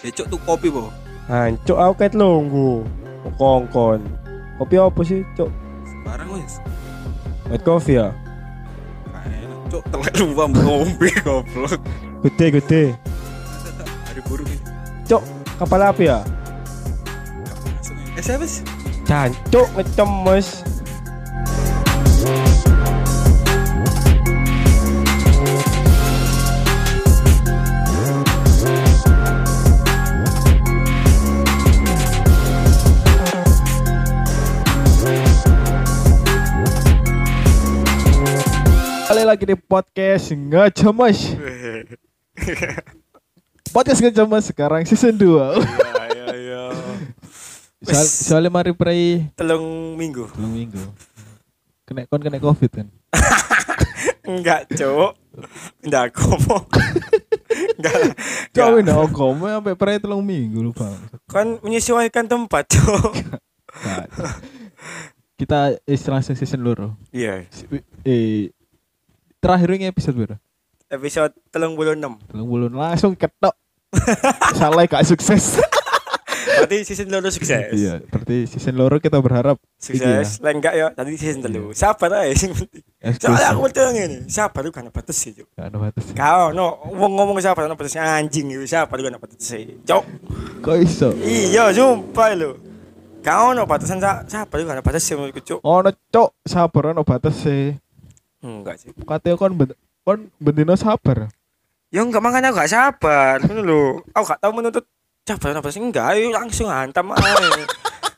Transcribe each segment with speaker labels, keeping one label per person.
Speaker 1: Becok tuh kopi po. À,
Speaker 2: Hancuk aku ket lunggu. Kongkon. Kopi apa sih, Cuk?
Speaker 1: Sebarang wis.
Speaker 2: White coffee
Speaker 1: à?
Speaker 2: ya?
Speaker 1: Gak enak. Cok telek lupa ngombe goblok.
Speaker 2: Gede gede.
Speaker 1: Masa tak hari buruk ini.
Speaker 2: Cuk, kapal api
Speaker 1: à?
Speaker 2: ya?
Speaker 1: Langsung aja. Eh siapa sih?
Speaker 2: Jancuk ngecemes. Kali lagi di podcast ngecemes. Podcast ngecemes sekarang season 2.
Speaker 1: Ya ya ya.
Speaker 3: Soal, soalnya mari pray
Speaker 1: Telung minggu.
Speaker 3: belum minggu. Kena kon kena covid kan.
Speaker 1: Enggak, Cok. Enggak kopo. Enggak. lah.
Speaker 3: Kau ini aku ngomong sampai pray telung minggu lupa.
Speaker 1: Kan menyesuaikan tempat, Cok.
Speaker 3: Nah, kita is langsung season loro.
Speaker 1: Iya.
Speaker 3: Si- Eh, terakhir ini episode berapa?
Speaker 1: Episode telung puluh enam.
Speaker 3: Telung bulan langsung ketok. Salah gak sukses.
Speaker 1: Berarti season dulu sukses.
Speaker 3: Iya, berarti season loro kita berharap
Speaker 1: Sukses. Lain enggak ya. Tadi season dulu. Sabar aja sing penting. Soalnya aku
Speaker 3: Iya. eksklusif.
Speaker 1: betul ini. Sabar tuh karena batas sih, Cok.
Speaker 3: Iya, Gak ada batas.
Speaker 1: Kau no, wong ngomong siapa no pedes anjing itu siapa juga no pedes Cok.
Speaker 3: Kok iso?
Speaker 1: Iya, sumpah lo. Kau no batasan sa siapa juga no pedes menurutku cok.
Speaker 3: Ono cok sabar ono batas sih.
Speaker 1: Enggak sih.
Speaker 3: Katanya kon ben kon bendino sabar.
Speaker 1: Ya enggak makanya aku gak sabar, ngono lho. Aku gak tahu menuntut sabar no pedes enggak, ayo langsung hantam ae.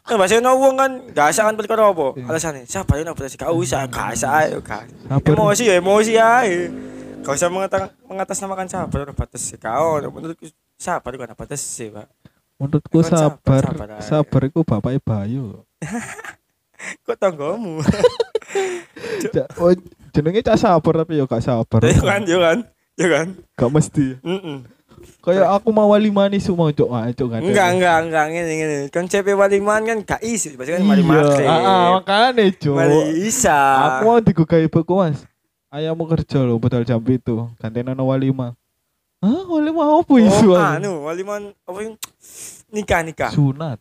Speaker 1: Nah, bahasa no wong kan gak usah kan perkara apa.
Speaker 3: Iya.
Speaker 1: Alasannya sabar no pedes gak usah, gak usah ayo gak.
Speaker 3: Sabar.
Speaker 1: Emosi ya emosi ae. Gak usah mengatakan mengatasnamakan sabar no pedes kau no menurutku sabar juga no pedes sih, Pak. Kon
Speaker 3: Menurutku
Speaker 1: sabar,
Speaker 3: sabar,
Speaker 1: sabar aja.
Speaker 3: sabar iku bapake Bayu.
Speaker 1: Kok tanggamu?
Speaker 3: Cak- oh, jenenge cak sabar tapi yo gak sabar.
Speaker 1: Ya kan, ya kan, ya kan.
Speaker 3: Gak mesti.
Speaker 1: Mm-mm.
Speaker 3: Kayak aku mau wali manis semua cok ah, cok gak ada.
Speaker 1: Enggak, enggak, enggak ini ini. Kan CP Waliman kan gak isi, pasti kan Wali Market.
Speaker 3: Iya, ah, ah, makanya cok.
Speaker 1: Wali iya. Isa.
Speaker 3: Aku mau digugah ibuku mas. Ayahmu kerja lo betul jam itu. Gantian ono walima. Hah, walima apa isu?
Speaker 1: Oh,
Speaker 3: aku?
Speaker 1: anu, Waliman apa yang nikah nikah.
Speaker 3: Sunat.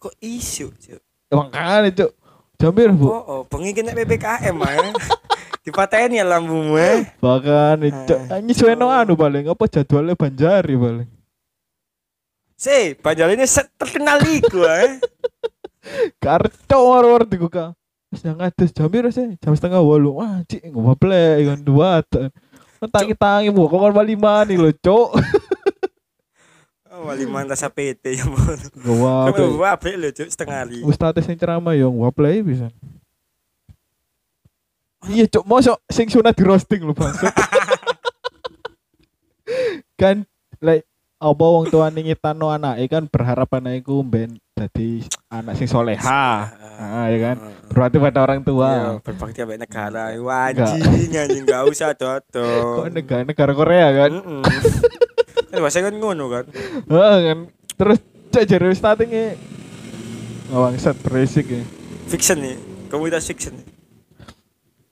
Speaker 1: Kok isu? Cuk?
Speaker 3: Makanya cok. Jambir bu.
Speaker 1: Oh, oh, bengi kena PPKM ae. ah, Dipateni ya lambungmu eh.
Speaker 3: Makanya cok. Nyisueno anu paling apa jadwalnya banjari paling.
Speaker 1: Si, Banjar ini set terkenal iku eh.
Speaker 3: Karto war-war dibuka. Wis nang ngadus jam piro sih? ya? Jam setengah walu. Wah, cik ngopo plek kon dua. Tangi-tangi mu kok kan kon bali mani lho, Cuk.
Speaker 1: Oh, Waliman rasa PT ya mon.
Speaker 3: Gowa.
Speaker 1: Kamu pabrik lho, Cuk, setengah hari.
Speaker 3: Ustaz sing ceramah yo ngopo plek bisa. Iya, Cuk, mosok sing sunat di roasting lho, Bang. kan like apa wong tuane ngitano anake kan berharap anake ku ben dadi anak sing soleha. Ah, ya kan. Berarti pada orang tua.
Speaker 1: Ya, berbakti sampai negara. ya. Wah,
Speaker 3: Enggak.
Speaker 1: anjing, anjing enggak usah dodol.
Speaker 3: Kok negara negara Korea kan?
Speaker 1: Mm-mm. kan bahasa kan ngono kan.
Speaker 3: Heeh kan. Terus cek jare startingnya ngawangset berisik ya.
Speaker 1: Fiction nih, komunitas fiction.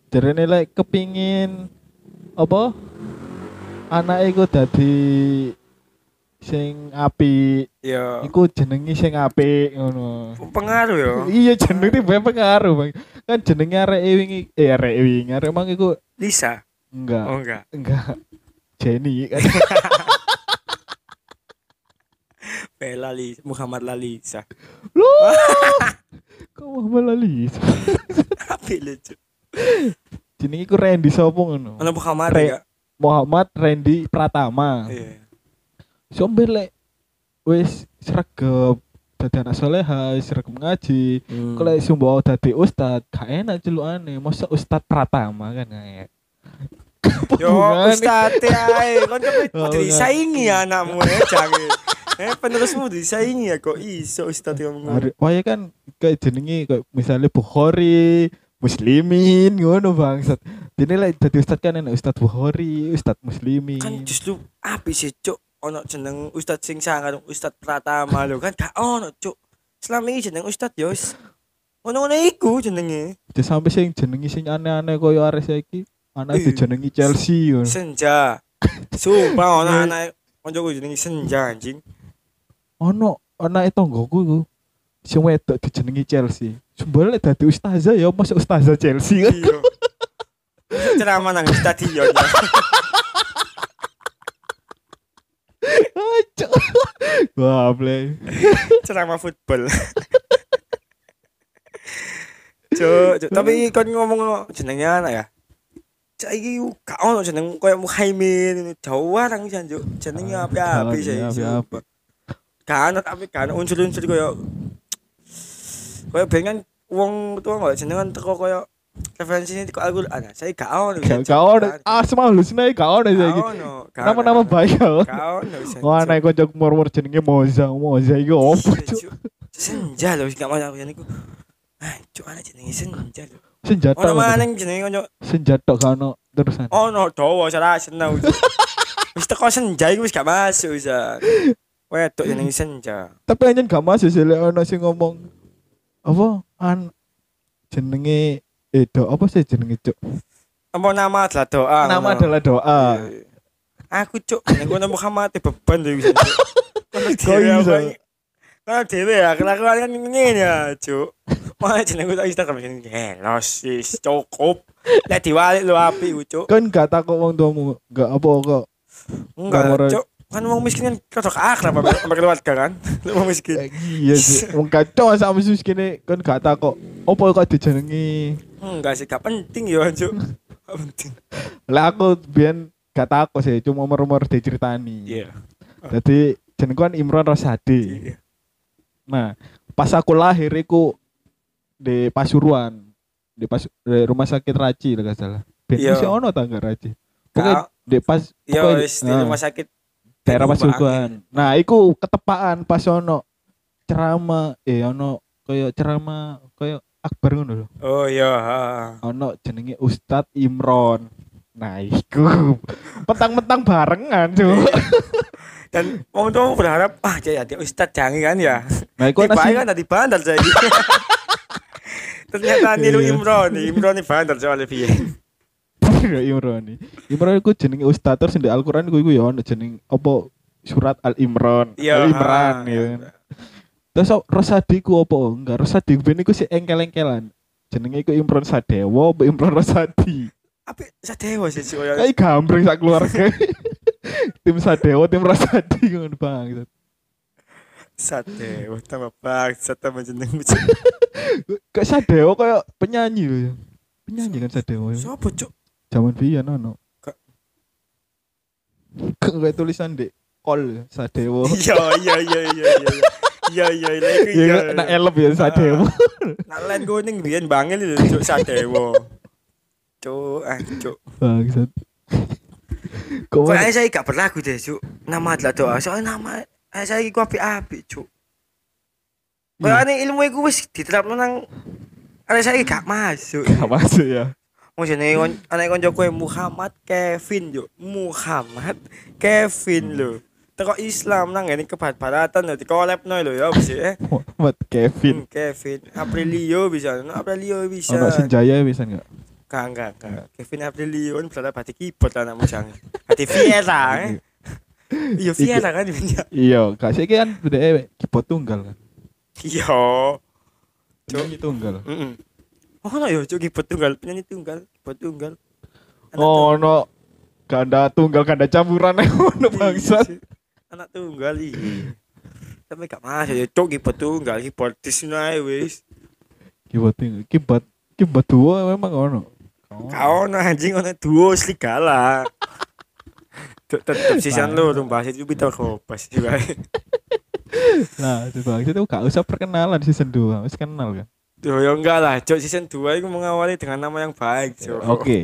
Speaker 3: Jare like kepingin apa? Anak iku dadi sing api
Speaker 1: Ya,
Speaker 3: iku jenengi sing apik ngono.
Speaker 1: pengaruh ya.
Speaker 3: Iya jeneng tiba pengaruh bang. Kan jenenge arek wingi eh arek wingi arek mang iku
Speaker 1: Lisa.
Speaker 3: enggak
Speaker 1: Oh enggak.
Speaker 3: enggak Jenny kan.
Speaker 1: Bella Lisa, Muhammad Lalisa.
Speaker 3: Lu. Kok malah lalis.
Speaker 1: Tapi lucu.
Speaker 3: Jenenge iku Randy sapa ngono.
Speaker 1: Ono Muhammad
Speaker 3: Re-
Speaker 1: ya.
Speaker 3: Muhammad Randy Pratama.
Speaker 1: Iya.
Speaker 3: Somber lek wis sregep dadi anak soleha, wis sregep ngaji.
Speaker 1: Hmm.
Speaker 3: Kalau sumbo dadi ustad, gak enak celukane. Masa ustad Pratama kan gak enak. Apa
Speaker 1: Yo,
Speaker 3: hubungannya?
Speaker 1: Ustaz ae. Kon kan
Speaker 3: Oh, enggak.
Speaker 1: disaingi ya anakmu ya, jangan. Eh, penerusmu disaingi ya kok iso Ustaz yang ngomong.
Speaker 3: Are- Wah ya kan kayak jenenge kayak misalnya Bukhari, Muslimin ngono bangsat. Dene lek dadi ustad kan enak ustad Bukhari, ustad Muslimin.
Speaker 1: Kan justru api sih, Cuk. Ono jeneng Ustaz sing sangar, Ustaz Pratama lho kan gak ono, Cuk. Selama ini jeneng Ustaz yo wis ngono-ngono iku jenenge.
Speaker 3: Jadi sampai sing jenengi sing aneh-aneh koyo arek saiki, anak dijenengi Chelsea ngono.
Speaker 1: Senja. Sumpah ono anak koncoku jenenge Senja anjing.
Speaker 3: ono anake tanggoku iku sing wedok dijenengi Chelsea. Sumbale dadi ustazah ya masa ustazah Chelsea kan.
Speaker 1: Iya. Ceramah nang stadion. ya.
Speaker 3: Ah, Cuk. Wah, play.
Speaker 1: Ceramah football. Cuk, cuk.
Speaker 3: Hmm.
Speaker 1: tapi kon ngomong jenenge anak ya. Saiki gak ono jeneng koyo Muhaimin, jauh orang pisan cuk. Jenenge apa-apa sih.
Speaker 3: Ah, Apa-apa.
Speaker 1: Gak ono tapi gak ono unsur-unsur koyo koyo pengen wong tua kok jenengan teko koyo referensi ini teko Al-Qur'an. Saya gak ono.
Speaker 3: Gak gak ono. Asma halusna gak ono saiki. Nama-nama baik ya.
Speaker 1: Gak ono. pisan,
Speaker 3: Wah,
Speaker 1: Cuk.
Speaker 3: naik kocok murmur jenenge Moza. Moza iki opo,
Speaker 1: Iya,
Speaker 3: Cuk?
Speaker 1: Cuk. Senja lho gak mau aku niku. Ah, cuk ana jenenge senja lho.
Speaker 3: Senjata.
Speaker 1: Ono Oh.
Speaker 3: lho.
Speaker 1: maning jenenge kono
Speaker 3: Senjata gak ono terusan.
Speaker 1: ono dawa salah senau. Wis teko senja iku wis gak masuk wis. ah. Wedok jenenge senja.
Speaker 3: tapi anjen gak masuk sih lek ono sing ngomong apa an jenenge edo apa sih jenenge cuk
Speaker 1: Apa nama adalah doa.
Speaker 3: nama
Speaker 1: ngono.
Speaker 3: adalah doa
Speaker 1: Iya, iya. Aku cuk jeneng kono Muhammad beban lho wis.
Speaker 3: Kok iso?
Speaker 1: Karena dewe ya, karena aku kan ngene ya, cuk. Mana jeneng tak Instagram jeneng helos wis cukup. Lek diwalik lu api ku, cuk.
Speaker 3: kan gak takut wong tuamu gak apa kok Nggak
Speaker 1: Enggak,
Speaker 3: murah.
Speaker 1: cok. Kan wong miskin kan cocok akrab sama sama keluarga kan. Lu Wong miskin.
Speaker 3: Eh, iya sih wong kacau sama sus kene kan gak takut apa kok dijenengi
Speaker 1: Enggak sih, gak penting ya, cok. Gak penting.
Speaker 3: lah aku biyen gak takut sih cuma murmur diceritani
Speaker 1: Iya.
Speaker 3: jadi jenengku kan Imron Rosadi
Speaker 1: Iya.
Speaker 3: nah pas aku lahir iku di Pasuruan di, Pasu- di rumah sakit Raci lah gak salah ben
Speaker 1: Iya.
Speaker 3: isih ono tangga Raci Pokoknya
Speaker 1: Kak,
Speaker 3: di pas
Speaker 1: yo
Speaker 3: pokoknya-
Speaker 1: Iya, wis di
Speaker 3: ah,
Speaker 1: rumah sakit
Speaker 3: daerah
Speaker 1: Pasuruan.
Speaker 3: Pasuruan. Nah, iku ketepaan pas ono ceramah eh ono koyo ceramah koyo akbar ngono lho.
Speaker 1: Oh iya, heeh.
Speaker 3: Ono jenenge Ustadz Imron. Nah, iku petang-petang barengan tuh.
Speaker 1: Dan wong tuh berharap ah jadi hati ustaz jangi kan ya.
Speaker 3: Nah, iku
Speaker 1: Tiba
Speaker 3: nasi
Speaker 1: kan tadi bandar saya. Ternyata niru
Speaker 3: Iya.
Speaker 1: Imron, Imron ini bandar soalnya piye.
Speaker 3: Imron nih. Imron iku jenenge Ustadz terus di Al-Qur'an iku iku ya ono jeneng apa surat Al-Imran.
Speaker 1: Iya,
Speaker 3: Al-Imran
Speaker 1: ha,
Speaker 3: ya.
Speaker 1: iya.
Speaker 3: Terus so- Rosadiku apa? Enggak, Rosadi ben iku si engkel-engkelan. Jenenge iku Imron Sadewo, apa Imron Rosadi.
Speaker 1: Apa sadewa sih ya. sih
Speaker 3: Kayak gambreng sak keluarga. tim Sadewo, tim Rosadi ngono bang.
Speaker 1: Sadewa tambah bangsat tambah jeneng. Cuk.
Speaker 3: Kayak Sadewo kayak penyanyi loh. ya. Penyanyi kan Sadewo. ya.
Speaker 1: Sopo cuk?
Speaker 3: Zaman biyen ono.
Speaker 1: Kak.
Speaker 3: Kayak tulisan dek kol ya, Sadewo.
Speaker 1: Iya iya iya iya iya. Iya iya iya iku
Speaker 3: Ya
Speaker 1: iya.
Speaker 3: kan, enak elep ya Sadewo.
Speaker 1: Nak lain kuning biyen bangil lho cuk sadewo. Cuk, ah cuk.
Speaker 3: Bangsat. Kok
Speaker 1: Kok
Speaker 3: mana-
Speaker 1: ae saya gak berlagu deh cuk. Nama adalah doa. Soalnya nama ae saya iku apik-apik cuk. Kok
Speaker 3: Iya.
Speaker 1: ane ilmu iku wis diterapno nang ae saya gak masuk.
Speaker 3: Gak masuk ya?
Speaker 1: Wong jenenge kon ane konco kowe Muhammad Kevin cuk. Muhammad Kevin lho. Teko Islam nang ngene kebat-baratan lho dikolepno lho ya wis eh.
Speaker 3: Muhammad Kevin.
Speaker 1: Hmm, Kevin Aprilio bisa, no, Aprilio bisa.
Speaker 3: Ono Senjaya bisa enggak?
Speaker 1: Enggak, enggak, enggak. Kevin Aprilio ini berada pada keyboard lah namun jangan. Hati Viera, eh. Iya Viera kan ini.
Speaker 3: Iya, gak sih kan bedanya keyboard tunggal kan.
Speaker 1: Iya.
Speaker 3: Penyanyi tunggal.
Speaker 1: Mm-mm. Oh, no, yo, cuk keyboard tunggal, penyanyi tunggal, keyboard tunggal. Anak
Speaker 3: Oh, ono ganda tunggal ganda campuran e, ono
Speaker 1: tunggal,
Speaker 3: bangsat.
Speaker 1: iya, cuk. Anak tunggal iya.
Speaker 3: Hmm.
Speaker 1: Tapi gak masuk ya, cuk keyboard tunggal, keyboard di sini aja, wis.
Speaker 3: Keyboard tunggal, keyboard keyboard dua memang ono. Oh.
Speaker 1: Kau no anjing ono duo serigala. Tetep sisan lu rumbas itu kita kopas juga.
Speaker 3: Nah, itu bangsat itu gak usah perkenalan season 2, wis kenal kan.
Speaker 1: Duh, ya enggak lah, Cok. Season 2 itu mengawali dengan nama yang baik, Cok.
Speaker 3: Ya, Oke.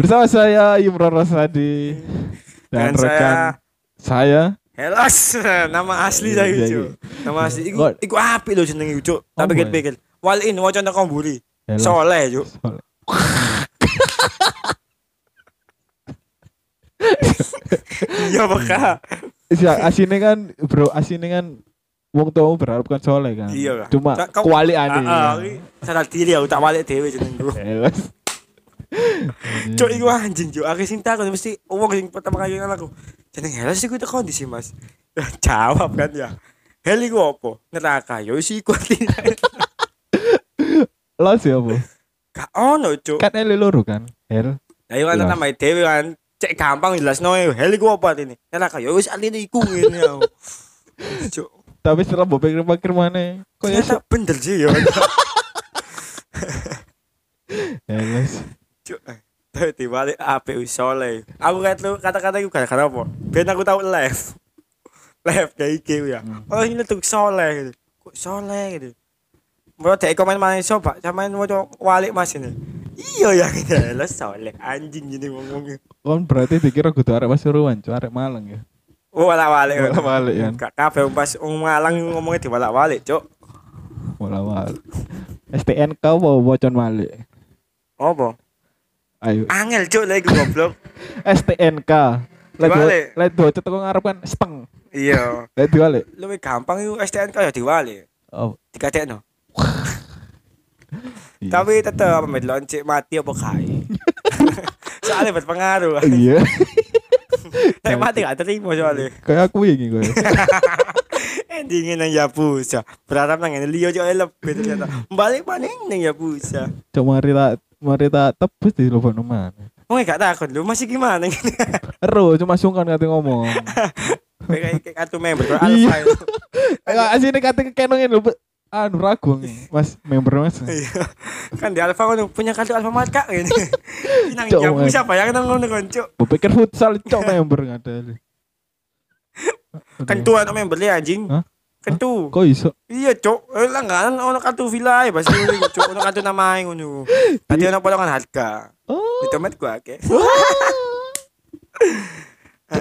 Speaker 3: Bersama saya Imran Rosadi
Speaker 1: Dan
Speaker 3: dan, rekan saya,
Speaker 1: Helas, nama asli saya,
Speaker 3: Iya, iya,
Speaker 1: Cok. Nama asli. Iku,
Speaker 3: What?
Speaker 1: iku apik lho jenenge, Cuk.
Speaker 3: Apa
Speaker 1: Tak
Speaker 3: ya?
Speaker 1: pikir-pikir. Wal in wacan nang komburi.
Speaker 3: Helas.
Speaker 1: Soleh, Cuk.
Speaker 3: Soleh.
Speaker 1: Iya, beka.
Speaker 3: Si asine kan bro, asine kan wong tuamu berharap kan soleh kan.
Speaker 1: Iya, Ah, Kak.
Speaker 3: Cuma
Speaker 1: Tak- kau-
Speaker 3: kuali aneh.
Speaker 1: Heeh, iki sadar diri aku tak balik dhewe jenengku.
Speaker 3: Helas. Hmm.
Speaker 1: Cuk, iku anjing, Cuk. Aku sing takut mesti wong sing pertama kali kenal aku. Jeneng Helas iku itu kondisi, Mas. Ya, jawab kan ya. Heli ku opo? Neraka yo isi ku tidak.
Speaker 3: Los ya, Bu.
Speaker 1: Gak ono, Cuk.
Speaker 3: Kan ele loro kan. Hel.
Speaker 1: Ayo kan
Speaker 3: Jelas.
Speaker 1: nama dhewe kan. Cek gampang jelas no Heli ku opo artine? Neraka yo wis artine iku ngene yo. Cuk.
Speaker 3: Tapi serem mbok pikir-pikir ya, maneh. Koyo
Speaker 1: Ternyata bener sih yo.
Speaker 3: Heles.
Speaker 1: Cuk. Tapi tiba ape usole. Aku kayak lu kata-kata iku gara-gara apa? Ben aku tau live. Live kayak iki ya. Oh ini tuh soleh gitu. Kok soleh gitu. Mau dek komen mana coba? Sama mau coba walik mas ini. Iya ya gitu. Lo soleh anjing gini ngomongnya.
Speaker 3: Kon berarti dikira kudu arek Pasuruan, cuk, arek Malang ya.
Speaker 1: Wala walik.
Speaker 3: Walak-walik, ya.
Speaker 1: Gak kabeh wong pas wong Malang ngomongnya di wala walik, Cuk.
Speaker 3: Wala wala. STNK mau bocon malik.
Speaker 1: Apa?
Speaker 3: Ayo.
Speaker 1: Angel, Cuk, lagi goblok.
Speaker 3: STNK. Lek dua-
Speaker 1: Diwalik.
Speaker 3: lek dua cetek kok ngarep kan steng.
Speaker 1: Iya.
Speaker 3: Lek diwalik.
Speaker 1: Lebih gampang itu STNK ya diwalik.
Speaker 3: Oh.
Speaker 1: Dikadekno.
Speaker 3: Iya.
Speaker 1: Tapi tetep apa loncik mati apa kai. soalnya berpengaruh.
Speaker 3: Iya.
Speaker 1: Tapi mati gak terima soalnya.
Speaker 3: Kayak aku ini koyo.
Speaker 1: Endingnya nang Yabusa. Berharap nang ini Leo juga lebih ternyata. Balik paling nang Yabusa.
Speaker 3: Cuma mari tak mari tak tebus di lubang nomor.
Speaker 1: Oh gak takut lu masih gimana gini.
Speaker 3: Ero cuma sungkan kate ngomong.
Speaker 1: Kayak kayak kartu member kalau
Speaker 3: Iya.
Speaker 1: alfa itu.
Speaker 3: Ayo sini kate kekenongin lho. Be- Anu ragu nih, Mas member Mas.
Speaker 1: Iya. Kan di alfa kan punya kartu alfa mat kak gini. Nang
Speaker 3: Cok,
Speaker 1: Yabusa bayangin nang ngono konco.
Speaker 3: Mbok pikir futsal cok member nggak ada.
Speaker 1: Kentuan nang member dia anjing.
Speaker 3: Hah?
Speaker 1: Kentu.
Speaker 3: Kok iso?
Speaker 1: Iya, Cok. Eh, langganan ono kartu villa ya, pasti ono Cok, ono kartu namae ngono. Tadi ono potongan harga.
Speaker 3: Oh.
Speaker 1: Di dompet gua akeh.
Speaker 3: Cok,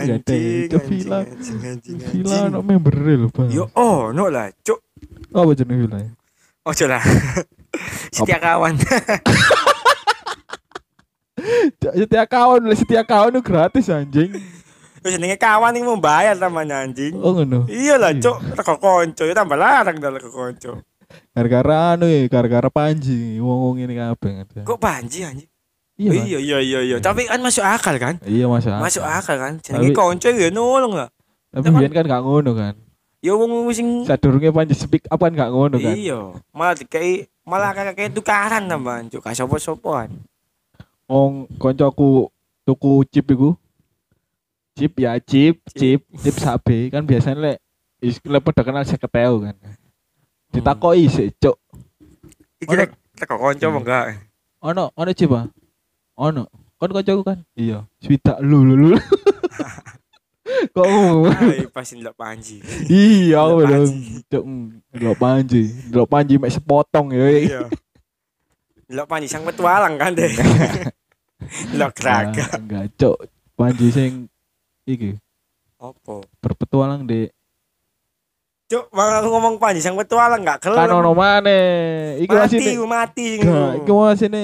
Speaker 3: ya ada,
Speaker 1: Anjing,
Speaker 3: Cok,
Speaker 1: anjing,
Speaker 3: villa.
Speaker 1: anjing, anjing,
Speaker 3: Villa
Speaker 1: anjing.
Speaker 3: ono member e lho, Bang.
Speaker 1: Yo Oh, ono lah, Cok.
Speaker 3: Apa jenenge villa? ya?
Speaker 1: Ojo lah. Setia kawan.
Speaker 3: Cok, Setia kawan, lho, setia kawan itu gratis anjing.
Speaker 1: Wis jenenge kawan iki membayar tamane anjing.
Speaker 3: Oh ngono.
Speaker 1: Iya lah, Cok. Rego konco, ya tambah larang dah rego konco.
Speaker 3: Gara-gara anu ya, gara-gara Panji wong-wong ini kabeh. ngerti.
Speaker 1: Kok banji anjing?
Speaker 3: Iya, Mas.
Speaker 1: Iya, iya, iya, iya. Tapi kan masuk akal kan?
Speaker 3: Iya, Mas. ah.
Speaker 1: Masuk akal kan? Jenenge
Speaker 3: Tapi-
Speaker 1: konco ya nolong lah.
Speaker 3: Tapi biyen kan gak ngono kan.
Speaker 1: Ya wong sing
Speaker 3: Sadurunge Panji speak up kan gak ngono kan.
Speaker 1: Iya, malah dikai malah kakek tukaran tambahan cuk, gak sopo-sopoan.
Speaker 3: Wong koncoku tuku chip iku. Chip ya chip, chip, chip sabe kan biasanya lek is lek pada kenal 50.000 kan. Ditakoi sik, Cuk.
Speaker 1: Iki
Speaker 3: Ono-
Speaker 1: rek rek kok kanca apa enggak?
Speaker 3: Ono, ono chip ah. Ono. Kon koncoku kan? Iya. Swidak lu lu lu. Kok ngomong?
Speaker 1: Ai pasti ndak panji.
Speaker 3: Iya,
Speaker 1: Delok
Speaker 3: aku belum.
Speaker 1: Panji.
Speaker 3: Cuk, mm, delok Panji. Delok Panji mek sepotong ya. weh.
Speaker 1: Iya. Delok Iya. panji sang petualang kan deh. Delok kraga.
Speaker 3: Ah, Enggak, Cuk. Panji sing iki Ah.
Speaker 1: Opo?
Speaker 3: berpetualang di
Speaker 1: Cuk, mau aku ngomong panji sang petualang enggak gelem.
Speaker 3: kan ono maneh. Iki
Speaker 1: mati,
Speaker 3: wasine.
Speaker 1: mati sing
Speaker 3: Enggak, iki
Speaker 1: ngono.
Speaker 3: wasine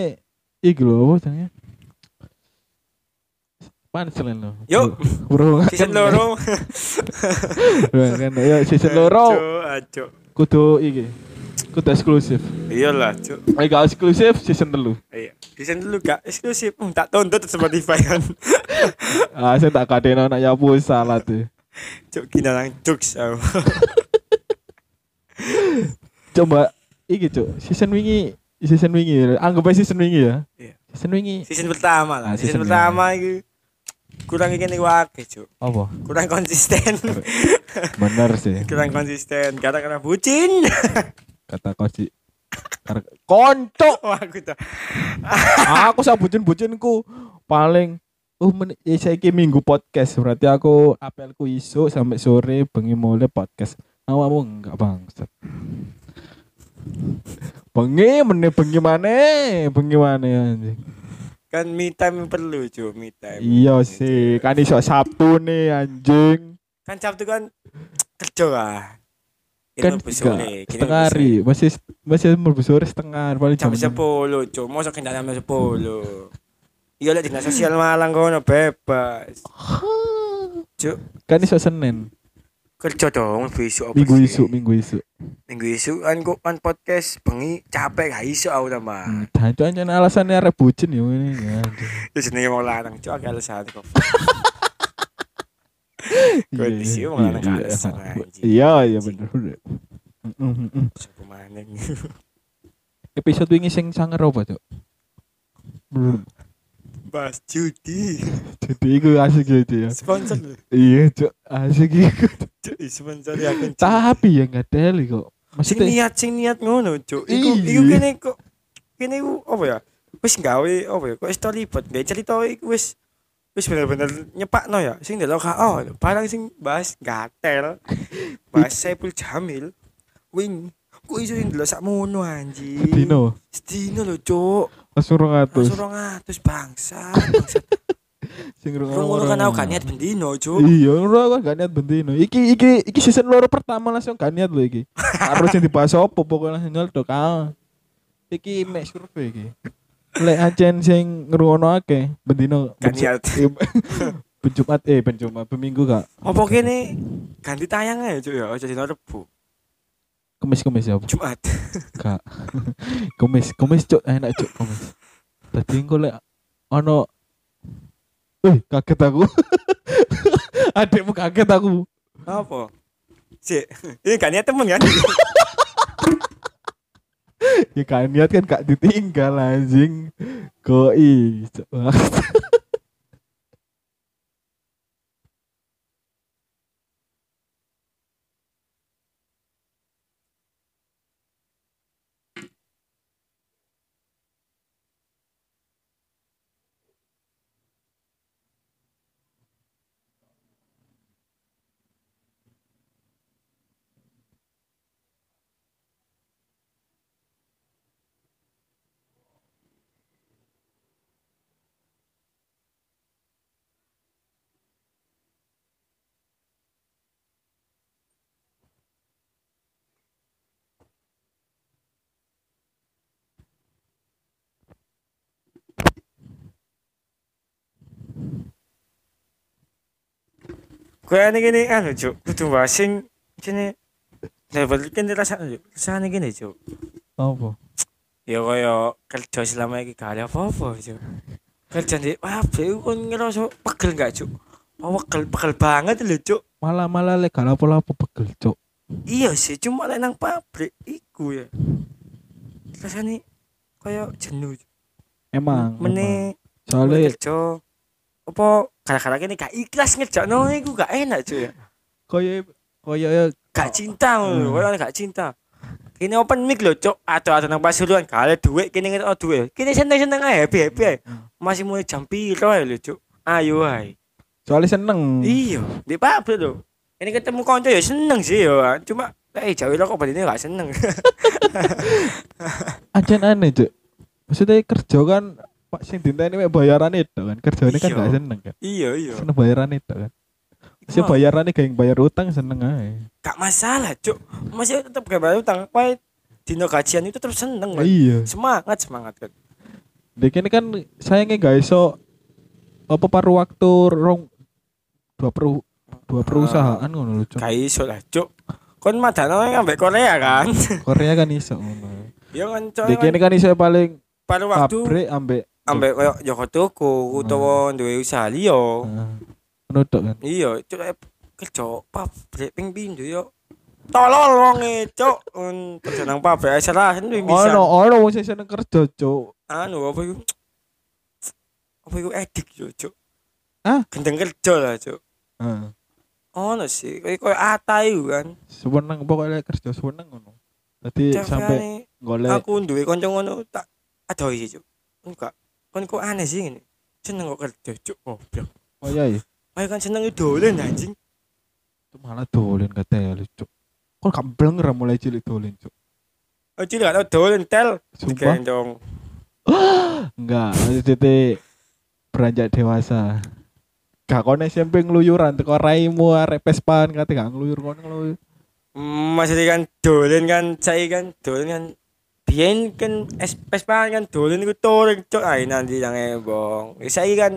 Speaker 3: iki lho apa jenenge? Pansel lho.
Speaker 1: Yuk.
Speaker 3: Bro.
Speaker 1: Season loro.
Speaker 3: Kan yo season loro
Speaker 1: Cuk, ah, Cuk.
Speaker 3: kudu iki. Kudu eksklusif.
Speaker 1: Iyalah, Cuk.
Speaker 3: Nek gak eksklusif season telu.
Speaker 1: Iya. Season dulu gak eksklusif, Hmm, tak tuntut Spotify kan.
Speaker 3: Ah, saya tak kadeno anak ya salah tuh.
Speaker 1: Cuk, kina nang jokes. aku.
Speaker 3: coba iki cuk season wingi season wingi anggap aja season wingi ya
Speaker 1: Iya.
Speaker 3: season wingi
Speaker 1: season pertama lah
Speaker 3: Ah,
Speaker 1: season,
Speaker 3: season
Speaker 1: pertama itu kurang ini wakil cuk
Speaker 3: apa
Speaker 1: kurang konsisten
Speaker 3: bener sih
Speaker 1: kurang konsisten karena karena bucin
Speaker 3: kata koci Kar- konco
Speaker 1: wah aku tuh
Speaker 3: Ah, aku sabutin bucinku paling uh men eh, saiki minggu podcast berarti aku apelku iso sampai sore bengi mulai podcast awamu enggak bangsat bengi meneh bengi mana bengi mana anjing
Speaker 1: kan me time perlu cuk me time
Speaker 3: iya sih kan iso sabtu nih anjing
Speaker 1: kan sabtu kan kerja lah Ini
Speaker 3: kan
Speaker 1: lebih
Speaker 3: tiga
Speaker 1: sore, gini
Speaker 3: setengah
Speaker 1: lebih
Speaker 3: hari masih masih mau sore setengah hari, paling
Speaker 1: sore. jam
Speaker 3: jam enam.
Speaker 1: sepuluh cuk mau kendaraan jam sepuluh iya lah dinas sosial malang kono bebas cuk
Speaker 3: kan iso senin
Speaker 1: kerja dong besok apa
Speaker 3: minggu
Speaker 1: sih?
Speaker 3: isu minggu isu
Speaker 1: minggu isu kan kok kan podcast bengi capek gak iso aku tambah
Speaker 3: hmm, dan itu aja alasannya arep bucin ya ini ya, aduh.
Speaker 1: Terus jenenge wong lanang, cok agak alasan kok. Kondisi
Speaker 3: Iya,
Speaker 1: mo wala
Speaker 3: iya,
Speaker 1: nang kaalasan,
Speaker 3: iya.
Speaker 1: anjing.
Speaker 3: Iya, iya bener bener. Mm, mm, mm.
Speaker 1: Sa pumanag.
Speaker 3: Episode wingi sing sangar apa, Cuk?
Speaker 1: Bas Judy.
Speaker 3: Jadi iku asik ya, Cuk, ya.
Speaker 1: Sponsor. lu.
Speaker 3: Iya, Cuk. Asik iku.
Speaker 1: Cuk, Sponsor ya kan.
Speaker 3: Tapi ya enggak teli kok.
Speaker 1: Sing
Speaker 3: Maksudnya
Speaker 1: niat, sing niat ngono, Cuk. Iku
Speaker 3: Iya.
Speaker 1: iku kene kok kene iku apa ya? Wis gawe apa ya? Kok wis terlibat, gawe cerita iku wis wis bener-bener nyepakno ya. Sing delok KO, barang sing bahas gatel. Bahas Saiful Jamil. Wing, kok iso sing delok sakmono anjing.
Speaker 3: Dino
Speaker 1: Sedino lho, Cuk.
Speaker 3: langsung 200.
Speaker 1: Langsung 200 bangsa. bangsa.
Speaker 3: Sing
Speaker 1: Ngono kan aku gak niat bendino, Cuk.
Speaker 3: Iya, ora kan gak niat bendino. Iki iki iki season loro pertama langsung gak niat lho iki. Harus yang dibahas apa pokoknya langsung nyeldok ah. Iki mek survei iki. Lek ajen sing ngrungono akeh bendino.
Speaker 1: Gak niat.
Speaker 3: Penjumat eh penjumat peminggu gak
Speaker 1: Apa kene ganti tayang aja, Cuk ya, aja dino Rebo.
Speaker 3: kemis kemis ya apa?
Speaker 1: Jumat.
Speaker 3: gak kemis kemis cuk enak cuk kemis tadi engko lek ono eh kaget aku adikmu kaget aku
Speaker 1: Apa? Cik, ini gak niat temen kan?
Speaker 3: ya kan niat kan gak ditinggal anjing koi Cuk.
Speaker 1: Kaya ini gini, anu Cuk, kudu basing sini level kan rasanya Cuk. Rasanya gini Cuk.
Speaker 3: apa
Speaker 1: Ya kaya kerja selama ini gak ada apa-apa Cuk. Kerja di pabrik iku kan ngerasa pegel gak Cuk? Oh, pegel, pegel banget lho Cuk.
Speaker 3: malah malah lek gak lapo-lapo pegel cuk
Speaker 1: Iya sih, cuma lek nang pabrik iku ya. Rasanya kaya jenuh. Cuk.
Speaker 3: emang emang.
Speaker 1: Mene
Speaker 3: soalnya
Speaker 1: kerja apa gara-gara kene gak ikhlas ngerjakno iku gak enak Cuk ya.
Speaker 3: koyo koyo eh,
Speaker 1: gak cinta ngono lho, koyo orang gak cinta kini open mic lho cok atau atau nang pasuruan gak ada duit kini ngerti oh duit kini seneng seneng aja happy happy aja masih mulai jam piro aja lho cok ayo ayo
Speaker 3: soalnya seneng
Speaker 1: iya di pabrik lho ini ketemu konco ya seneng sih ya cuma eh jauh lo kok badannya gak seneng
Speaker 3: aja aneh cuk maksudnya kerja kan pak sing dinta ini bayaran itu kan kerjanya kan
Speaker 1: Iya.
Speaker 3: gak seneng kan
Speaker 1: iya iya
Speaker 3: seneng bayaran itu kan si
Speaker 1: Cuma
Speaker 3: bayaran gak yang bayar utang seneng aja
Speaker 1: gak masalah cok masih tetap gak bayar utang wae dino gajian itu terus seneng kan
Speaker 3: iya
Speaker 1: semangat semangat kan
Speaker 3: dek ini kan sayangnya gak iso apa paruh waktu rong dua peru dua
Speaker 1: Ah,
Speaker 3: perusahaan ngono lho cuk
Speaker 1: gak iso lah cok kon madano ambek Korea kan
Speaker 3: Korea kan iso ngono
Speaker 1: iya kan
Speaker 3: dek
Speaker 1: cok
Speaker 3: ini kan iso paling
Speaker 1: pada waktu
Speaker 3: pabrik Hmm. ambek
Speaker 1: ambek koyo Joko Toko utawa duwe usaha liya.
Speaker 3: Nah, ngono tok kan
Speaker 1: Iya, cuk eh, kerja pabrik ping pindho yo. Tolol wong e, cuk. Un kerja nang pabrik ae salah sendiri
Speaker 3: ono
Speaker 1: bisa.
Speaker 3: ono wong sing seneng kerja cuk
Speaker 1: Anu apa iku? Apa iku edik yo, cuk.
Speaker 3: Hah?
Speaker 1: Gendeng kerja lah, cuk. Ah.
Speaker 3: Heeh.
Speaker 1: Ono sih, koyo koyo ata iku kan.
Speaker 3: seneng pokoknya kerja seneng ngono tadi
Speaker 1: Cuk,
Speaker 3: sampai
Speaker 1: kayane
Speaker 3: golek
Speaker 1: aku duwe kanca ngono tak adoi cuk. Enggak. Kon kok aneh sih ngene. Seneng kok kerja, cuk. Goblok.
Speaker 3: oh iya ya
Speaker 1: Ayo kan seneng dolen anjing.
Speaker 3: itu malah dolen katanya lu cuk kok kambeng ra mulai cilik dolen cuk
Speaker 1: Oh, cilik gak tau dolen tel.
Speaker 3: sumpah
Speaker 1: Digendong.
Speaker 3: enggak titik beranjak dewasa gak kono SMP ngluyuran teko raimu arek pespan kate gak ngluyur kono ngluyur
Speaker 1: Masih kan dolen kan cai kan dolen kan biyen kan es pespan kan dolen iku touring cok ae nanti nang ebong. Saiki kan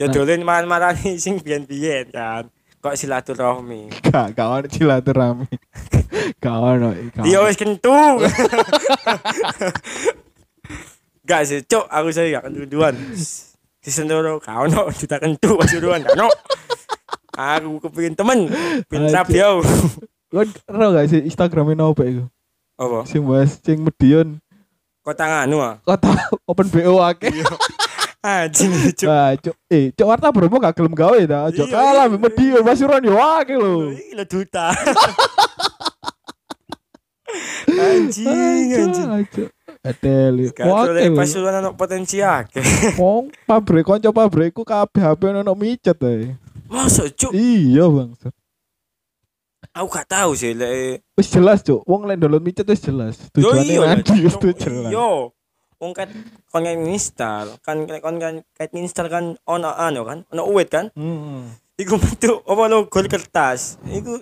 Speaker 1: ya
Speaker 3: Nah.
Speaker 1: dolen maran-maran sing biyen-biyen kan. Kok silaturahmi.
Speaker 3: gak gak ono silaturahmi gak ono gak
Speaker 1: Dia Iya,
Speaker 3: ono.
Speaker 1: wis kentu. Gak sih, cok aku saya gak kentuan. Di sendoro kau no kita kentu pasuruan kau no. Aku kepingin temen, pin
Speaker 3: Aduh.
Speaker 1: sabio.
Speaker 3: Kon ero gak sih Instagram ini apa itu?
Speaker 1: Apa?
Speaker 3: Sing bahas sing Medion
Speaker 1: Kota nganu ah.
Speaker 3: kota open BO akeh.
Speaker 1: Iya, Anjing lucu.
Speaker 3: Wah, cok, eh, cok warta bromo gak gelem gawe ta. Cok
Speaker 1: Iya,
Speaker 3: kalah
Speaker 1: iya.
Speaker 3: mbek Medion Basuron yo akeh lho.
Speaker 1: Ih, Lo duta. Iya, Anjing, anjing.
Speaker 3: Adele.
Speaker 1: Kalau
Speaker 3: Oke.
Speaker 1: pas lu anak potensi akeh.
Speaker 3: Wong pabrik kanca pabrikku kabeh HP ono micet ae.
Speaker 1: Masuk cuk.
Speaker 3: Iya, Bang.
Speaker 1: Aku gak tahu sih lek.
Speaker 3: Wis jelas, Cuk. Wong lek download micet wis jelas.
Speaker 1: Yo,
Speaker 3: Tujuane
Speaker 1: iya,
Speaker 3: nanti
Speaker 1: Cuk.
Speaker 3: itu jelas.
Speaker 1: Yo. Wong kan kon kan install, kan kon kan kan install kan ono anu kan, ono uwit kan.
Speaker 3: Heeh.
Speaker 1: Iku bentuk apa lo gol kertas. Iku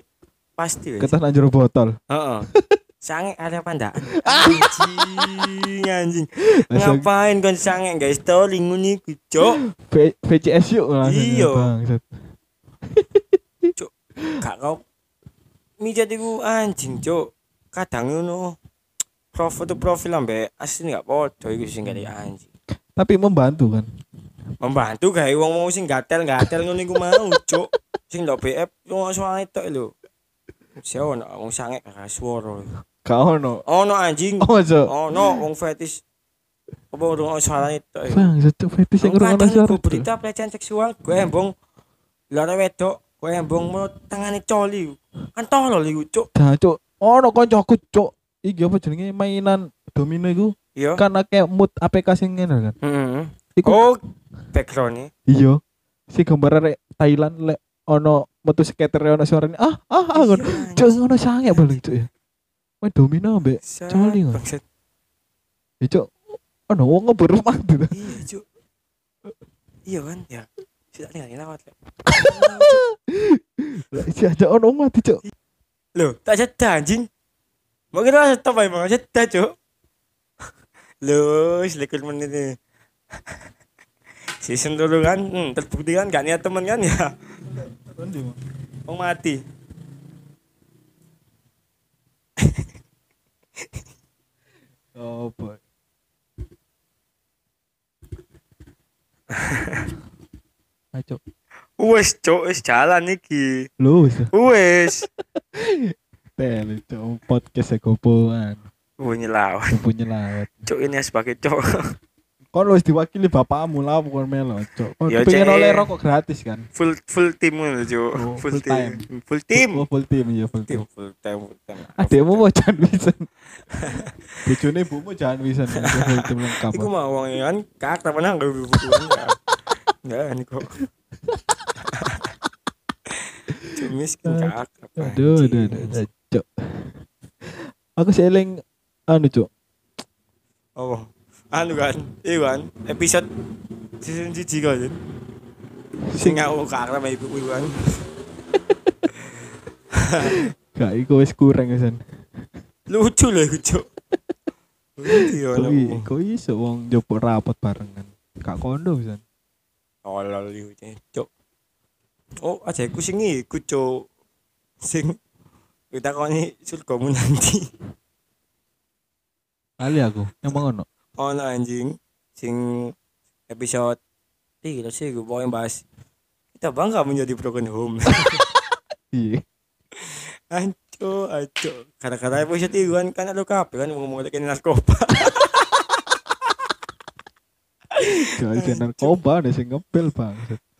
Speaker 1: pasti wes.
Speaker 3: Kertas nang jero botol.
Speaker 1: Heeh. Sange ada panda. Anjing, anjing.
Speaker 3: Langsung
Speaker 1: Ngapain kon sange guys? Story ngene iku, Cuk.
Speaker 3: V- VCS yuk langsung.
Speaker 1: Iya.
Speaker 3: bangsat.
Speaker 1: Gak kau mijat iku anjing, Cuk. Kadang ngono. Profil tuh profil ambek asli gak podo iku sing kali anjing.
Speaker 3: Tapi membantu kan.
Speaker 1: Membantu gawe wong wong sing gatel-gatel ngono iku mau, Cuk. Sing ndok BF wong soal itu lho. Sing ono wong sange gak swara.
Speaker 3: Gak ono.
Speaker 1: Ono anjing.
Speaker 3: Oh, Cuk.
Speaker 1: Ono wong fetish apa urung suara itu. eh.
Speaker 3: Bangsat, Cuk. Fetish sing
Speaker 1: Aku
Speaker 3: ngrungokno
Speaker 1: kadang
Speaker 3: suara.
Speaker 1: ibu berita pelecehan seksual, gue embong lara wedok, gue embong mau tangane coli. Kan tolol iku, Cuk.
Speaker 3: Dah, Nah, Cuk. Ono kancaku, Cuk. Iki apa jenenge mainan domino iku
Speaker 1: Iya.
Speaker 3: kan akeh mood APK sing ngene kan.
Speaker 1: Heeh.
Speaker 3: Iku
Speaker 1: Oh, background
Speaker 3: Iya. Si gambar rek Thailand lek ono metu skater ono suarane ah ah ah ngono.
Speaker 1: Iya,
Speaker 3: Cuk ngono sange balik cuk ya. Wah domino mbek. coli kok.
Speaker 1: Bangsat.
Speaker 3: Ya cuk ono wong ngebur rumah gitu.
Speaker 1: Iya, Cuk. Iya kan? Ya. Sudah tinggal lewat. Lek.
Speaker 3: Lah si aja ono mati cuk.
Speaker 1: Loh, tak jeda anjing. Mau kira stop ae, Bang. Jeda, Cuk. Loh, selikur menit ini. Season dulu kan, hmm, terbukti kan gak niat temen kan ya. Mau mati.
Speaker 3: Oh boy. Ayo.
Speaker 1: Wes, Cuk, wes jalan iki.
Speaker 3: Lu wis
Speaker 1: Wes.
Speaker 3: tele cuk podcast ekopoan.
Speaker 1: Bunyi lawan.
Speaker 3: Punya lawat.
Speaker 1: Cuk ini sebagai cuk.
Speaker 3: Kon wis diwakili bapakmu lah kon melo cuk. Kon
Speaker 1: Ya,
Speaker 3: pengen
Speaker 1: Cek.
Speaker 3: oleh rokok gratis kan.
Speaker 1: Full full team ngono, Cuk.
Speaker 3: Oh,
Speaker 1: Full
Speaker 3: full
Speaker 1: team. Full team.
Speaker 3: Oh, full team ya full team.
Speaker 1: Tim full time full time.
Speaker 3: Adekmu mau Jan Wisen. Bojone ibumu Jan Wisen. Tim lengkap.
Speaker 1: Iku mau wong kan kak tak pernah nggak buku ya. Enggak ini kok. Cuk, miskin kak.
Speaker 3: Aduh, aduh, aduh, aduh, Cuk. Aku sih eling anu cuk.
Speaker 1: Oh, anu kan, iya kan, episode season siji kok Jun. Sing
Speaker 3: Sing
Speaker 1: aku kak sama ibu ibu kan.
Speaker 3: gak iku wis kurang sen.
Speaker 1: Lucu loh iku cuk. Iya lho.
Speaker 3: Kuwi kuwi iso wong jopo rapat barengan. Gak kondo sen.
Speaker 1: Tolol iku cuk. Oh, aja aku sing iku cuk. Sing kita koni surgamu nanti.
Speaker 3: Kali aku emang ono.
Speaker 1: ono anjing sing episode tiga sih gue mau bahas kita bangga menjadi broken home
Speaker 3: Iya.
Speaker 1: anco anco karena kata episode tiga kan kan lu kape kan ngomong ngomongin narkoba
Speaker 3: Gak iso narkoba ada sing ngepil bang.